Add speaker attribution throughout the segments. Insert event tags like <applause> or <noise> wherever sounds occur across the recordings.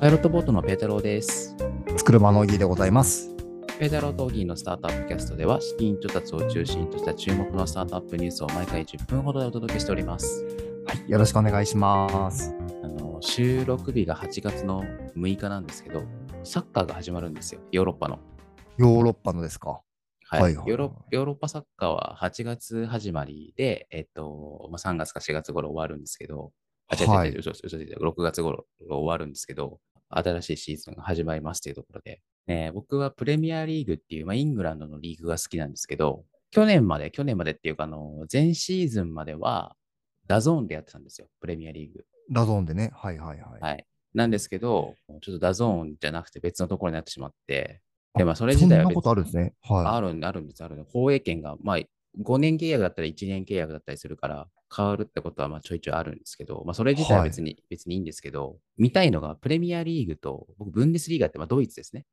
Speaker 1: パイロットボートのペータローです。
Speaker 2: つくるまのぎでございます。
Speaker 1: ペータローとオギーのスタートアップキャストでは、資金調達を中心とした注目のスタートアップニュースを毎回10分ほどでお届けしております。
Speaker 2: はい、よろしくお願いします。
Speaker 1: あの収録日が8月の6日なんですけど、サッカーが始まるんですよ、ヨーロッパの。
Speaker 2: ヨーロッパのですか。
Speaker 1: はい
Speaker 2: はいはい
Speaker 1: ヨーロヨーロッパサッカーは8月始まりで、えっとまあ、3月か4月頃終わるんですけど、あ、違う
Speaker 2: は
Speaker 1: 違う
Speaker 2: い
Speaker 1: 違う、嘘嘘嘘嘘6月頃終わるんですけど、新しいシーズンが始まりますというところで、ね、僕はプレミアリーグっていう、まあ、イングランドのリーグが好きなんですけど、去年まで、去年までっていうか、あの前シーズンまでは、ダゾーンでやってたんですよ、プレミアリーグ。
Speaker 2: ラゾーンでね。はいはいはい。
Speaker 1: はい。なんですけど、ちょっとダゾーンじゃなくて別のところになってしまって、でまあそれ
Speaker 2: そ
Speaker 1: 自
Speaker 2: ん
Speaker 1: 体は
Speaker 2: な
Speaker 1: 別
Speaker 2: ことあるんですね。は
Speaker 1: あるんあるんです、あるんです。放映権が、まあ、5年契約だったり1年契約だったりするから、変わるってことはまあちょいちょいあるんですけど、まあ、それ自体は
Speaker 2: はい
Speaker 1: 別に、別にいいんですけど、見たいのがプレミアリーグと、僕、ブンデスリーガって、まあ、ドイツですね、
Speaker 2: い。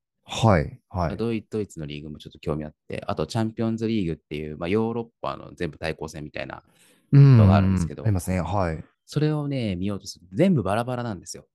Speaker 2: はい。はい。
Speaker 1: ドイ。ドイツのリーグもちょっと興味あって、あとチャンピオンズリーグっていう、まあ、ヨーロッパの全部対抗戦みたいな、
Speaker 2: うん
Speaker 1: のがあるんですけど
Speaker 2: ありますね。はい。
Speaker 1: それをね、見ようとする。全部バラバラなんですよ。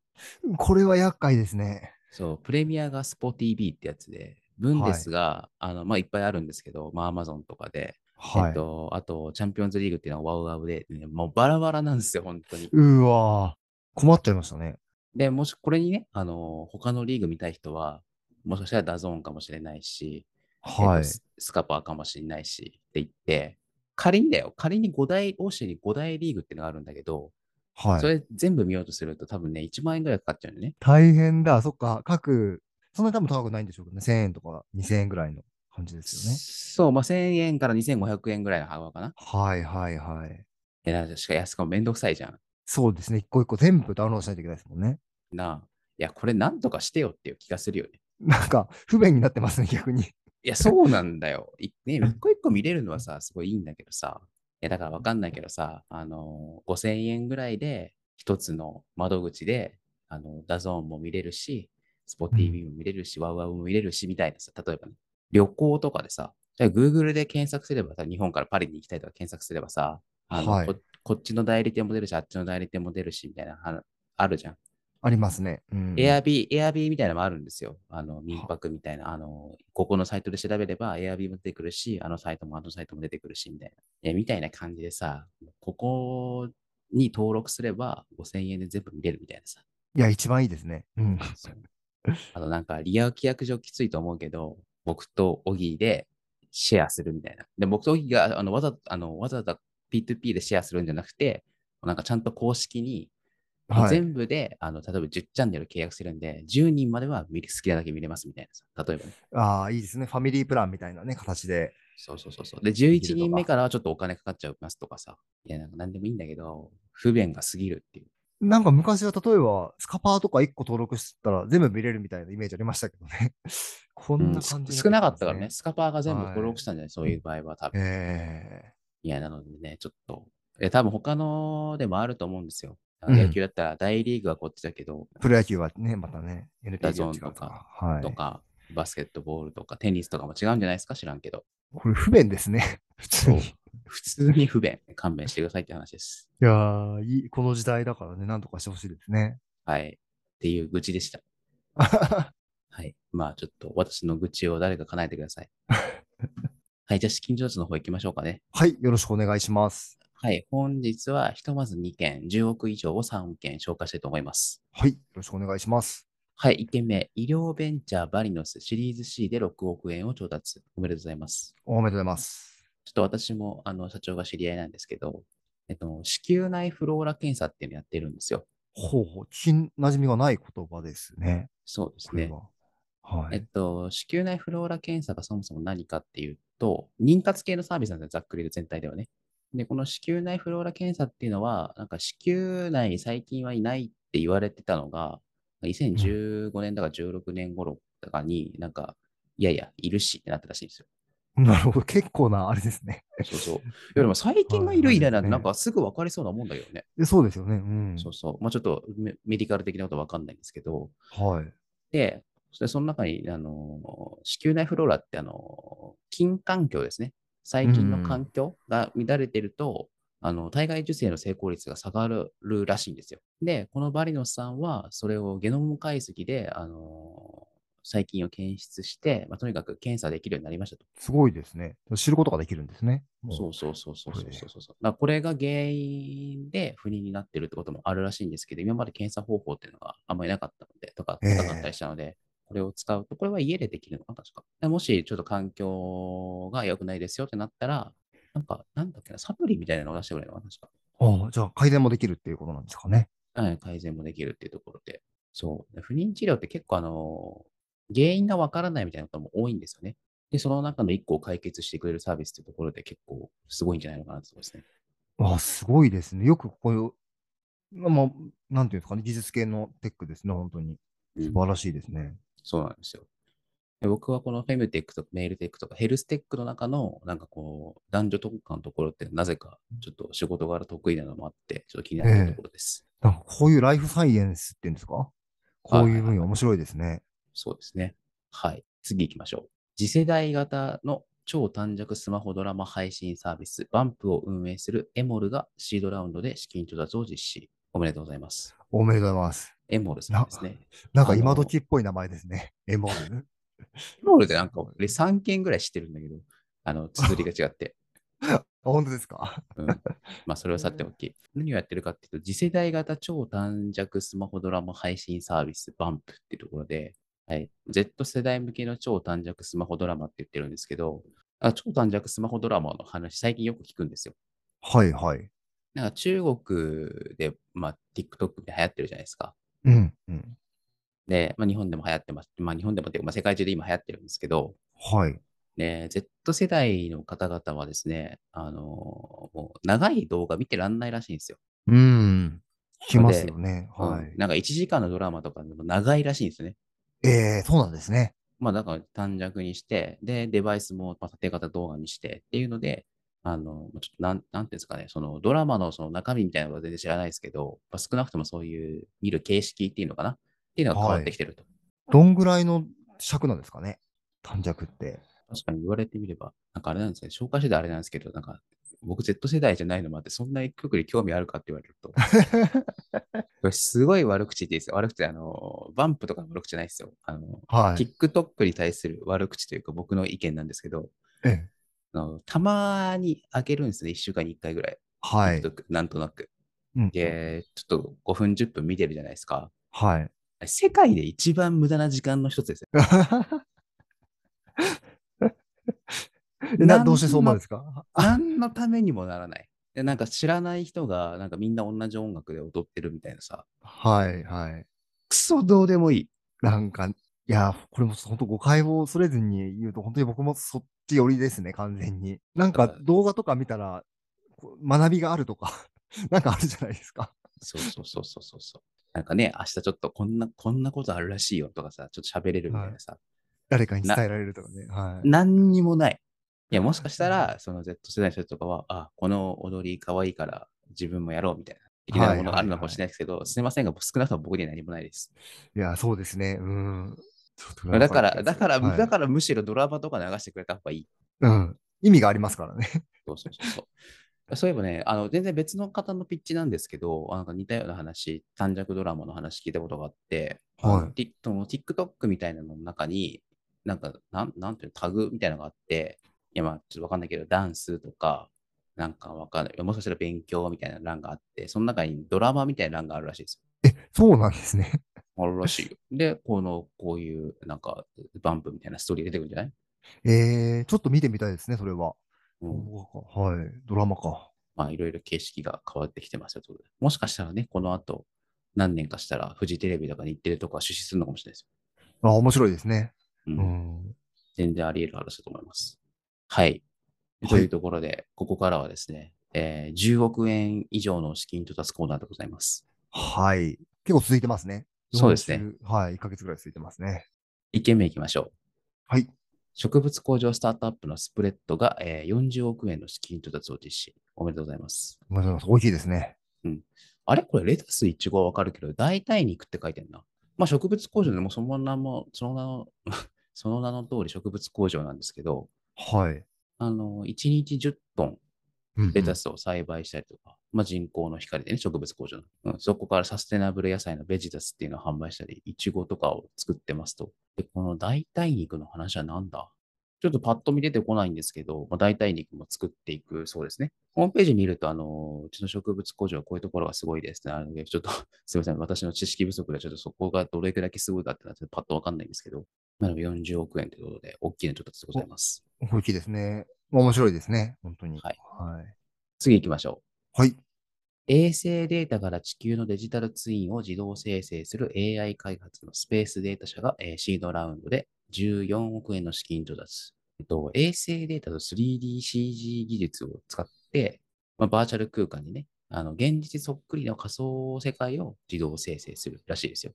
Speaker 2: これは厄介ですね。
Speaker 1: そう、プレミアがスポ TV ってやつで、ブンデスが、い、あの、まあ、いっぱいあるんですけど、まあ、アマゾンとかで、
Speaker 2: はい。
Speaker 1: えっと、あと、チャンピオンズリーグっていうのはワウワウで、ねもうバラバラなんですよ、本当に。
Speaker 2: うわー困っちゃいましたね。
Speaker 1: で、もしこれにね、あのー他のリーグ見たい人は、もしかしたらダゾーンかもしれないし、えっと
Speaker 2: はい。
Speaker 1: ススカパーかもしれないしって言って、仮にだよ、仮に5大、欧州に5大リーグっていうのがあるんだけど、
Speaker 2: はい
Speaker 1: そ。れ全部見ようとすると多分ね、1万円ぐらいかかっちゃうよね。
Speaker 2: 大変だ。そっか。各、そんなに多分高くないんでしょうけどね。1000円とか2000円ぐらいの感じですよね。
Speaker 1: そう、まあ、1000円から2500円ぐらいの幅かな。
Speaker 2: はいはいはい。
Speaker 1: えなんかしか安くもめんどくさいじゃん。
Speaker 2: そうですね。一個一個全部ダウンロードしないといけないですもんね。
Speaker 1: なあ、いや、これなんとかしてよっていう気がするよね。
Speaker 2: なんか、不便になってますね、逆に。
Speaker 1: い
Speaker 2: <laughs>
Speaker 1: や、そうなんだよ。いね、一個一個見れるのはさ、すごいいいんだけどさ。いや、だからわかんないけどさ、あのー、5000円ぐらいで、一つの窓口で、あの、ダゾーンも見れるし、スポ TV も見れるし、ワウワウも見れるし、みたいなさ、例えばね、旅行とかでさ、じゃあ Google で検索すればさ、日本からパリに行きたいとか検索すればさ、あの
Speaker 2: はい
Speaker 1: ここっちの代理店も出るし、あっちの代理店も出るし、みたいな、ああるじゃん。
Speaker 2: ありますね。うん、
Speaker 1: エアビー、エアビーみたいなのもあるんですよ。あの、民泊みたいな。あの、ここのサイトで調べれば、エアビーも出てくるし、あのサイトもあのサイトも出てくるし、みたいな。え、みたいな感じでさ、ここに登録すれば5000円で全部見れるみたいな
Speaker 2: <laughs>
Speaker 1: さ。
Speaker 2: いや、一番いいですね。うん。
Speaker 1: そうあとなんか、リア規約上きついと思うけど、僕とオギーでシェアするみたいな。で、僕とオギーがあのわざあのわざわざ P2P でシェアするんじゃなくて、なんかちゃんと公式に、
Speaker 2: はい。
Speaker 1: 全部で、あの、例えば10チャンネル契約するんで、10人までは見れ好きなだけ見れますみたいなさ。例えばね。
Speaker 2: ああ、いいですね。ファミリープランみたいなね、形で。
Speaker 1: そうそうそうそう。で、11人目
Speaker 2: とか
Speaker 1: からはちょっとお金かかっちゃいますとかさ。いや、なんか何でもいいんだけど、不便が過ぎるっていう。
Speaker 2: なんか昔は例えば、スカパーとか1個登録したら全部見れるみたいなイメージありましたけどね。 <laughs> こんな
Speaker 1: す
Speaker 2: 感じ、
Speaker 1: 少なかったからね、。スカパーが全部
Speaker 2: はい
Speaker 1: 登録したんじゃない、そういう場合は多分。
Speaker 2: え
Speaker 1: いや、なのでね、ちょっと。え、多分他のでもあると思うんですよ。あ
Speaker 2: うん
Speaker 1: の野球だったら大リーグはこっちだけど、
Speaker 2: ー、プロ野球はね、またね、NPB
Speaker 1: ダゾーン
Speaker 2: は違う
Speaker 1: とか
Speaker 2: からはい。
Speaker 1: とか、バスケットボールとか、テニスとかも違うんじゃないですか知らんけど。
Speaker 2: これ不便ですね。 <laughs> 普通に。
Speaker 1: そ
Speaker 2: いう
Speaker 1: 普通に不便。勘弁してくださいって話です。
Speaker 2: やーいい、この時代だからね、なんとかしてほしいですね。 <laughs>
Speaker 1: はい。っていう愚痴でした。はい。まあちょっと私の愚痴を誰か叶えてください。はい。じゃあ資金調達の方行きましょうかね。
Speaker 2: はい、よろしくお願いします。
Speaker 1: はい。本日はひとまず2件、10億以上を3件紹介したいと思います。
Speaker 2: はい、よろしくお願いします。
Speaker 1: はい。1件目、医療ベンチャーバリノスシリーズ C で6億円を調達。おめでとうございます。
Speaker 2: おめでとうございます。
Speaker 1: ちょっと私もあの社長が知り合いなんですけど、えっと、子宮内フローラ検査っていうのやってるんですよ。
Speaker 2: ほうほう、聞き馴染みがない言葉ですね。
Speaker 1: そうです
Speaker 2: これ
Speaker 1: ね。
Speaker 2: は。は
Speaker 1: えっ
Speaker 2: い。
Speaker 1: と、子宮内フローラ検査がそもそも何かっていうと、妊活系のサービスなんですよ、ざっくりで全体ではね。で、この子宮内フローラ検査っていうのは、なんか子宮内に最近はいないって言われてたのが、2015年だから16年頃とかに、なんか、いやいや、いるしってなったらしいんですよ。
Speaker 2: <laughs> なるほど、結構なあれですね。
Speaker 1: そうそう。いや、でも最近がいるいないなんて、
Speaker 2: はい
Speaker 1: な
Speaker 2: はい
Speaker 1: んかすぐ分かりそうなもんだけどね。
Speaker 2: でそうですよね。うん。
Speaker 1: そうそう。まあちょっとメメディカル的なことは分かんないんですけど、
Speaker 2: はい。
Speaker 1: で、そしてその中に、あのー子宮内フローラって、あのー筋環境ですね。最近の環境が乱れてると、あの、体外受精の成功率が下がるらしいんですよ。で、このバリノスさんは、それをゲノム解析で、あの細菌を検出して、まあ、とにかく検査できるようになりましたと。
Speaker 2: すごいですね。知ることができるんですね。
Speaker 1: そうそうそうそうそう
Speaker 2: これ
Speaker 1: そうそうそう。だからこれが原因で不妊になってるってこともあるらしいんですけど、今まで検査方法っていうのがあんまりなかったので、とか
Speaker 2: ええ
Speaker 1: なかったりしたので、これを使うと、これは家でできるのかな、確か。でもしちょっと環境が良くないですよってなったら、なんか、なんだっけな、サプリみたいなのを出してくれるのかな、確か。
Speaker 2: う。ああ、じゃあ改善もできるっていうことなんですかね。
Speaker 1: はい、改善もできるっていうところで。そう。不妊治療って結構あのー、原因がわからないみたいなことも多いんですよね。で、その中の一個を解決してくれるサービスっていうところで結構すごいんじゃないのかなと思いますね。
Speaker 2: ああ、すごいですね。よくこういう、まあ、なんていうんですかね、技術系のテックですね、本当に。素晴らしいですね。
Speaker 1: そうなんですよ。で僕はこのフェムテックとかメールテックとかヘルステックの中のなんかこう男女特化のところってなぜかちょっと仕事柄得意なのもあってちょっと気になってるところです。
Speaker 2: なんかこういうライフサイエンスっていうんですかこうい
Speaker 1: はい
Speaker 2: う
Speaker 1: はい
Speaker 2: 分野面白いですね。
Speaker 1: そうですね。はい。次行きましょう。次世代型の超短尺スマホドラマ配信サービスバンプを運営するエモルがシードラウンドで資金調達を実施。おめでとうございます。
Speaker 2: おめでとうございます。
Speaker 1: エモルさんですね。
Speaker 2: なんか
Speaker 1: あの
Speaker 2: 今時っぽい名前ですね。エモール。
Speaker 1: エモルってなんか俺3件ぐらい知ってるんだけど、あの、綴りが違って。
Speaker 2: あ本当ですか
Speaker 1: うん、まあそれはさておき、何をやってるかっていうと、次世代型超短尺スマホドラマ配信サービス、バンプっていうところで、はい、Z 世代向けの超短尺スマホドラマって言ってるんですけど、あ超短尺スマホドラマの話、最近よく聞くんですよ。
Speaker 2: はいはい。
Speaker 1: なんか中国で、まあ、TikTok って流行ってるじゃないですか。
Speaker 2: うん。うん、
Speaker 1: で、まあ、日本でも流行ってます。まあ、日本でもっていうか、まあ、世界中で今流行ってるんですけど、
Speaker 2: はい。
Speaker 1: ね、Z 世代の方々はですね、あのもう長い動画見てらんないらしいんですよ。
Speaker 2: うん。来ますよね。は
Speaker 1: う
Speaker 2: い
Speaker 1: ん。なんか1時間のドラマとかでも長いらしいんですね。
Speaker 2: ええそうなんですね。
Speaker 1: まあだから短尺にして、で、デバイスもまあ縦型動画にしてっていうので、あの、ちょっとなん、なんていうんですかね、そのドラマのその中身みたいなのは全然知らないですけど、まあ、少なくともそういう見る形式っていうのかなっていうのが変わってきてると。
Speaker 2: どんぐらいの尺なんですかね短尺 <laughs> って。
Speaker 1: 確かに言われてみれば、なんかあれなんですね、紹介してたあれなんですけど、なんか僕 Z 世代じゃないのもあって、そんな一曲に興味あるかって言われる
Speaker 2: <laughs>
Speaker 1: と、これすごい悪口でいいですよ。悪口で、あの、バンプとかの悪口じゃないですよ。あの、
Speaker 2: はい。
Speaker 1: TikTok に対する悪口というか僕の意見なんですけど、
Speaker 2: ええ
Speaker 1: あのたまに開けるんですね、1週間に1回ぐらい。
Speaker 2: はい。
Speaker 1: TikTok なんとなく。
Speaker 2: うん
Speaker 1: で、ちょっと5分、10分見てるじゃないですか。
Speaker 2: <laughs> はい。
Speaker 1: 世界で一番無駄な時間の一つです <laughs> よ。
Speaker 2: えなどうしてそう思うんですか
Speaker 1: 何のためにもならない。でなんか知らない人が、なんかみんな同じ音楽で踊ってるみたいなさ、
Speaker 2: はいはい。
Speaker 1: クソどうでもいい。
Speaker 2: なんか、いや、これも本当誤解を恐れずに言うと、本当に僕もそっち寄りですね、完全に。なんか
Speaker 1: うん
Speaker 2: 動画とか見たら、こう学びがあるとか、 <laughs> なんかあるじゃないですか。
Speaker 1: そうそうそうそうそうそう。なんかね、明日ちょっとこんな、こんなことあるらしいよとかさ、ちょっと喋れるみたいなさ、
Speaker 2: 誰かに伝
Speaker 1: な
Speaker 2: えられるとかね。はい。
Speaker 1: 何にもない。いや、もしかしたら、その Z 世代の人とかは、あ、この踊り可愛いから自分もやろうみたいな、的なものがあるのかもしれないですけど、すみませんが、少なくとも僕には何もないです。
Speaker 2: いや、そうですね。うん。ちょっとなん
Speaker 1: だから、だから、
Speaker 2: はい
Speaker 1: だからむしろドラマとか流してくれた方がいい。
Speaker 2: うん。意味がありますからね。 <laughs>
Speaker 1: そうそうそうそう。そういえばね、あの全然別の方のピッチなんですけど、あなんか似たような話、短尺ドラマの話聞いたことがあって、
Speaker 2: はい
Speaker 1: あのティその TikTok みたいなのの中に、なんか、なんなんていうのタグみたいなのがあって、いや、まあ、ちょっとわかんないけど、ダンスとか、なんかわかんない、もしかしたら勉強みたいな欄があって、その中にドラマみたいな欄があるらしいですよ
Speaker 2: そうなんですね。
Speaker 1: あるらしいよ。で、この、こういう、なんか、バンプみたいなストーリー出てくるんじゃない、
Speaker 2: えー、ちょっと見てみたいですね、それは。
Speaker 1: うん、
Speaker 2: はい。ドラマか。
Speaker 1: まあ、いろいろ形式が変わってきてますよということで。もしかしたらね、この後、何年かしたら、フジテレビとか日テレとか出資するのかもしれないです
Speaker 2: あ、面白いですね。
Speaker 1: よ。
Speaker 2: う
Speaker 1: うん
Speaker 2: ん。
Speaker 1: 全然あり得る話だと思います。はい。
Speaker 2: はい
Speaker 1: というところで、ここからはですね、えー10億円以上の資金調達コーナーでございます。
Speaker 2: はい。結構続いてますね。
Speaker 1: そうですね
Speaker 2: 40。はい。1ヶ月ぐらい続いてますね。
Speaker 1: 1件目いきましょう。
Speaker 2: はい。
Speaker 1: 植物工場スタートアップのスプレッドが、えー40億円の資金調達を実施。おめでとうございます。
Speaker 2: おめでとうございます。大きいですね。
Speaker 1: あれこれレタス、イチゴはわかるけど、代替肉って書いてんな。まあ植物工場でもその名も、その名の、 <laughs> その名の通り植物工場なんですけど、
Speaker 2: はい。
Speaker 1: あの、1日10トン
Speaker 2: うん
Speaker 1: レタスを栽培したりとか、まあ、人工の光でね、植物工場の、うん。そこからサステナブル野菜のベジタスっていうのを販売したり、イチゴとかを作ってますと。で、この代替肉の話は何だちょっとパッと見出てこないんですけど、まあ、代替肉も作っていくそうですね。ホームページ見ると、あの、うちの植物工場はこういうところがすごいですね。あのちょっと、 <laughs> すみません。私の知識不足で、ちょっとそこがどれくらいすごいかっていうのはちょっとパッとわかんないんですけど、まあ、でも40億円ということで、大きいのちょっとでございます。
Speaker 2: 大きいですね。面白いですね。本当に。
Speaker 1: はい。
Speaker 2: はい。
Speaker 1: 次行きましょう。
Speaker 2: はい。
Speaker 1: 衛星データから地球のデジタルツインを自動生成する AI 開発のスペースデータ社が、えーシードラウンドで14億円の資金調達。えっと、衛星データと 3DCG 技術を使って、まあ、バーチャル空間にね、あの現実そっくりの仮想世界を自動生成するらしいですよ。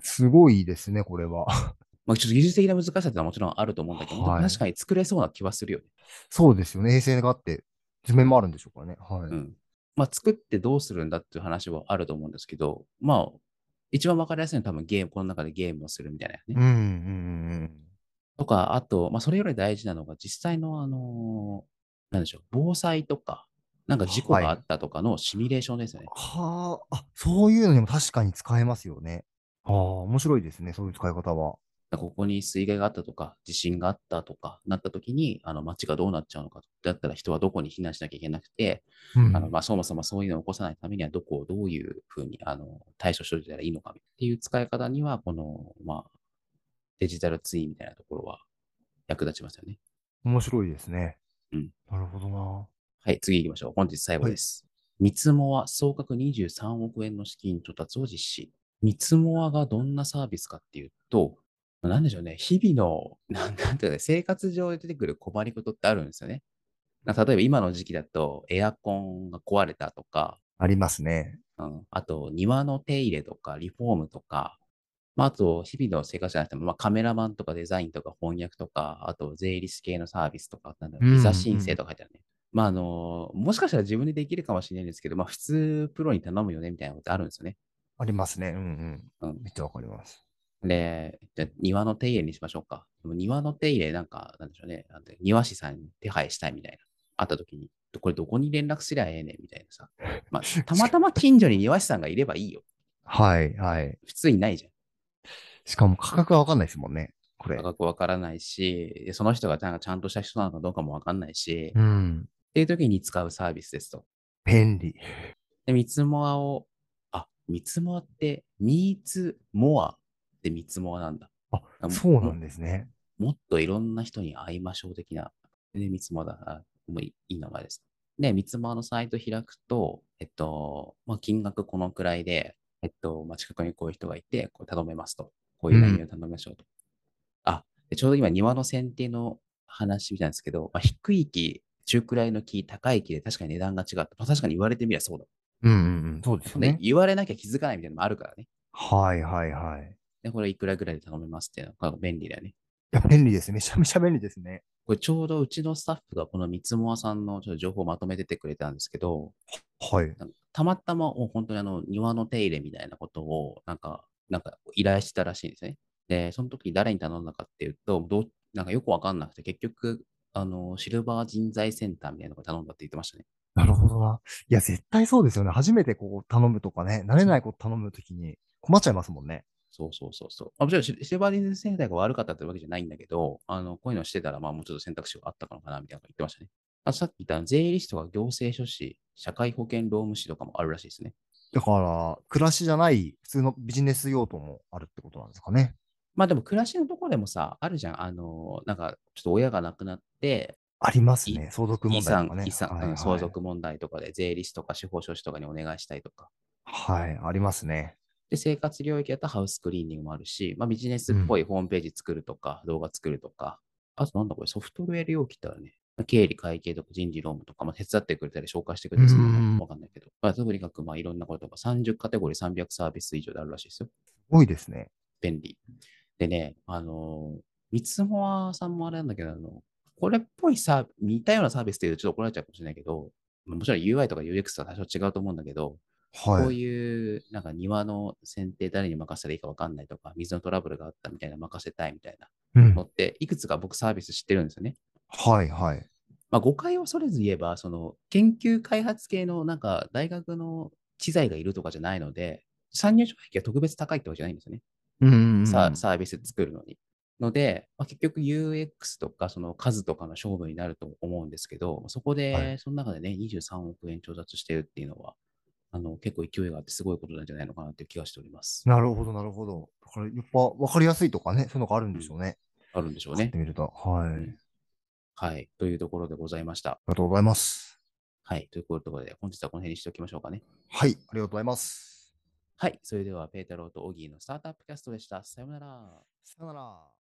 Speaker 2: すごいですね、これは。 <laughs>
Speaker 1: まあ、ちょっと技術的な難しさってのはもちろんあると思うんだけど、
Speaker 2: はい
Speaker 1: 確かに作れそうな気はするよね。
Speaker 2: そうですよね。衛星があって、図面もあるんでしょうからね。はい。
Speaker 1: うんまあ、作ってどうするんだっていう話はあると思うんですけど、まあ、一番わかりやすいのは多分ゲーム、この中でゲームをするみたいなね。
Speaker 2: うん、うん、うん。
Speaker 1: とか、あと、まあ、それより大事なのが、実際の、あのーなんでしょう、防災とか、なんか事故
Speaker 2: はい
Speaker 1: があったとかのシミュレーションですよね。
Speaker 2: はあ、あ、そういうのにも確かに使えますよね。ああ、面白いですね、そういう使い方は。
Speaker 1: だからここに水害があったとか、地震があったとか、なった時に、あの、街がどうなっちゃうのか、だったら人はどこに避難しなきゃいけなくて、
Speaker 2: うん
Speaker 1: あの、まあ、そもそもそういうのを起こさないためには、どこをどういうふうに、あの、対処しておいたらいいのかっていう使い方には、この、まあ、デジタルツインみたいなところは役立ちますよね。
Speaker 2: 面白いですね。
Speaker 1: うん
Speaker 2: なるほどな。
Speaker 1: はい、次行きましょう。本日最後です。ミツモア、総額23億円の資金調達を実施。ミツモアがどんなサービスかっていうと、なんでしょうね、日々の、 <laughs> なんなんていうかね、生活上で出てくる困りごとってあるんですよね。なんか例えば今の時期だと、エアコンが壊れたとか、
Speaker 2: ありますね。
Speaker 1: うん、あと、庭の手入れとか、リフォームとか、まあ、あと、日々の生活じゃなくても、まあ、カメラマンとかデザインとか翻訳とか、あと、税理士系のサービスとか、なんだろう
Speaker 2: うん
Speaker 1: ビザ申請とか入ってあるね。まあ、あの、もしかしたら自分でできるかもしれないんですけど、まあ、普通、プロに頼むよね、みたいなことあるんですよね。
Speaker 2: ありますね。うんうん。
Speaker 1: うん
Speaker 2: めっちゃわかります。
Speaker 1: で、じゃあ庭の手入れにしましょうか。でも庭の手入れ、なんか、なんでしょうね。あの庭師さんに手配したいみたいな。あった時に、これどこに連絡すりゃええねんみたいなさ。まあ、たまたま近所に庭師さんがいればいいよ。
Speaker 2: はい、はい。
Speaker 1: 普通いないじゃん。
Speaker 2: しかも価格はわかんないですもんね、これ
Speaker 1: 価。格わからないし、でその人がなんかちゃんとした人なのかどうかもわかんないし、
Speaker 2: う
Speaker 1: っ
Speaker 2: ん。
Speaker 1: ていう時に使うサービスですと。
Speaker 2: 便利。
Speaker 1: で、三つモアを、あ、三つモアって、ミーツモアって三つモアなんだ。
Speaker 2: あ
Speaker 1: あ、
Speaker 2: そうなんですね。
Speaker 1: もっといろんな人に会いましょう的な。で、三つモアだ。あもういいいい名前です。で、三つモアのサイト開くと、えっと、まあ、金額このくらいで、えっと、まあ、近くにこういう人がいて、こう頼めますと。こういう内容を頼みましょうと。あで、ちょうど今庭の剪定の話みたいなんですけど、まあ、低い木、中くらいの木、高い木で確かに値段が違った。まあ、確かに言われてみればそうだ。
Speaker 2: うんうんうん。そうですよ
Speaker 1: で
Speaker 2: ね。
Speaker 1: 言われなきゃ気づかないみたいなのもあるからね。
Speaker 2: はいはいはい。
Speaker 1: で、これいくらぐらいで頼めますっていうのが便利だよね。
Speaker 2: いや、便利です。めちゃめちゃ便利ですね。
Speaker 1: これちょうどうちのスタッフがこの三つもあさんのちょっと情報をまとめててくれたんですけど、
Speaker 2: はい。
Speaker 1: なんかたまたまもう本当にあの庭の手入れみたいなことをなんか、なんか依頼してたらしいんですね。で、その時誰に頼んだかっていうと、どうなんかよくわかんなくて、結局、あの、シルバー人材センターみたいなのが頼んだって言ってましたね。
Speaker 2: なるほどな。いや、絶対そうですよね。初めてこう頼むとかね、慣れないこと頼むときに困っちゃいますもんね。
Speaker 1: そうそうそうそう。まあもちろんシシルバー人材センターが悪かったってわけじゃないんだけど、あの、こういうのをしてたら、まあもうちょっと選択肢があったのかなみたいなこと言ってましたね。あとさっき言った税理士とか行政書士、社会保険労務士とかもあるらしいですね。
Speaker 2: だから、暮らしじゃない普通のビジネス用途もあるってことなんですかね。
Speaker 1: まあでも暮らしのところでもさ、あるじゃん。あの、なんか、ちょっと親が亡くなって、
Speaker 2: あります
Speaker 1: い
Speaker 2: ね。相続
Speaker 1: 遺
Speaker 2: 問題
Speaker 1: 産
Speaker 2: とか、ね。
Speaker 1: 遺産、
Speaker 2: はい
Speaker 1: うん
Speaker 2: はい
Speaker 1: 相。続問題とかで税理士とか司法書士とかにお願いしたいとか。
Speaker 2: はい、ありますね。
Speaker 1: で、生活領域だとハウスクリーニングもあるし、まあビジネスっぽいホームページ作るとか、動画作るとか、あとなんだこれ、ソフトウェア領域ってあるね。経理、会計とか人事労務とか、まあ、手伝ってくれたり紹介してくれたりするのか
Speaker 2: うんうんう
Speaker 1: なんわかんないけど、まあ、とにかくまあいろんなことが30カテゴリー300サービス以上であるらしいですよ。
Speaker 2: 多いですね。
Speaker 1: 便利。でね、あのー、三つモアさんもあれなんだけど、あの、これっぽいさ、似たようなサービスっていうとちょっと怒られちゃうかもしれないけど、まあもちろん UI とか UX とは多少違うと思うんだけど、こ
Speaker 2: は
Speaker 1: う
Speaker 2: い。
Speaker 1: いうなんか庭の剪定誰に任せたらいいかわかんないとか、水のトラブルがあったみたいな任せたいみたいな
Speaker 2: うん
Speaker 1: のって、いくつか僕サービス知ってるんですよね。
Speaker 2: はい、はい。
Speaker 1: ままあ、誤解を恐れず言えば、その研究開発系のなんか大学の知財がいるとかじゃないので、参入障壁が特別高いってわけじゃないんですよね。
Speaker 2: うんうんうん
Speaker 1: サーサービス作るのに。ので、まあ、結局 UX とかその数とかの勝負になると思うんですけど、そこ
Speaker 2: は
Speaker 1: で、その中でね、23億円調達してるっていうのは、あの結構勢いがあってすごいことなんじゃないのかなっていう気がしております。
Speaker 2: なるほど、なるほど。だから、やっぱ分かりやすいとかね、そういうのがあるんでしょうね。
Speaker 1: あるんでしょう
Speaker 2: 買っ
Speaker 1: ね
Speaker 2: て。みると。はい。あ
Speaker 1: ん
Speaker 2: り
Speaker 1: はい。というところでございました。
Speaker 2: がとうございます。
Speaker 1: はい。ということで、本日はこの辺にしておきましょうかね。
Speaker 2: はい、ありがとうございます。
Speaker 1: はい。それでは、ペータローとオギーのスタートアップキャストでした。さようなら。
Speaker 2: さよなら。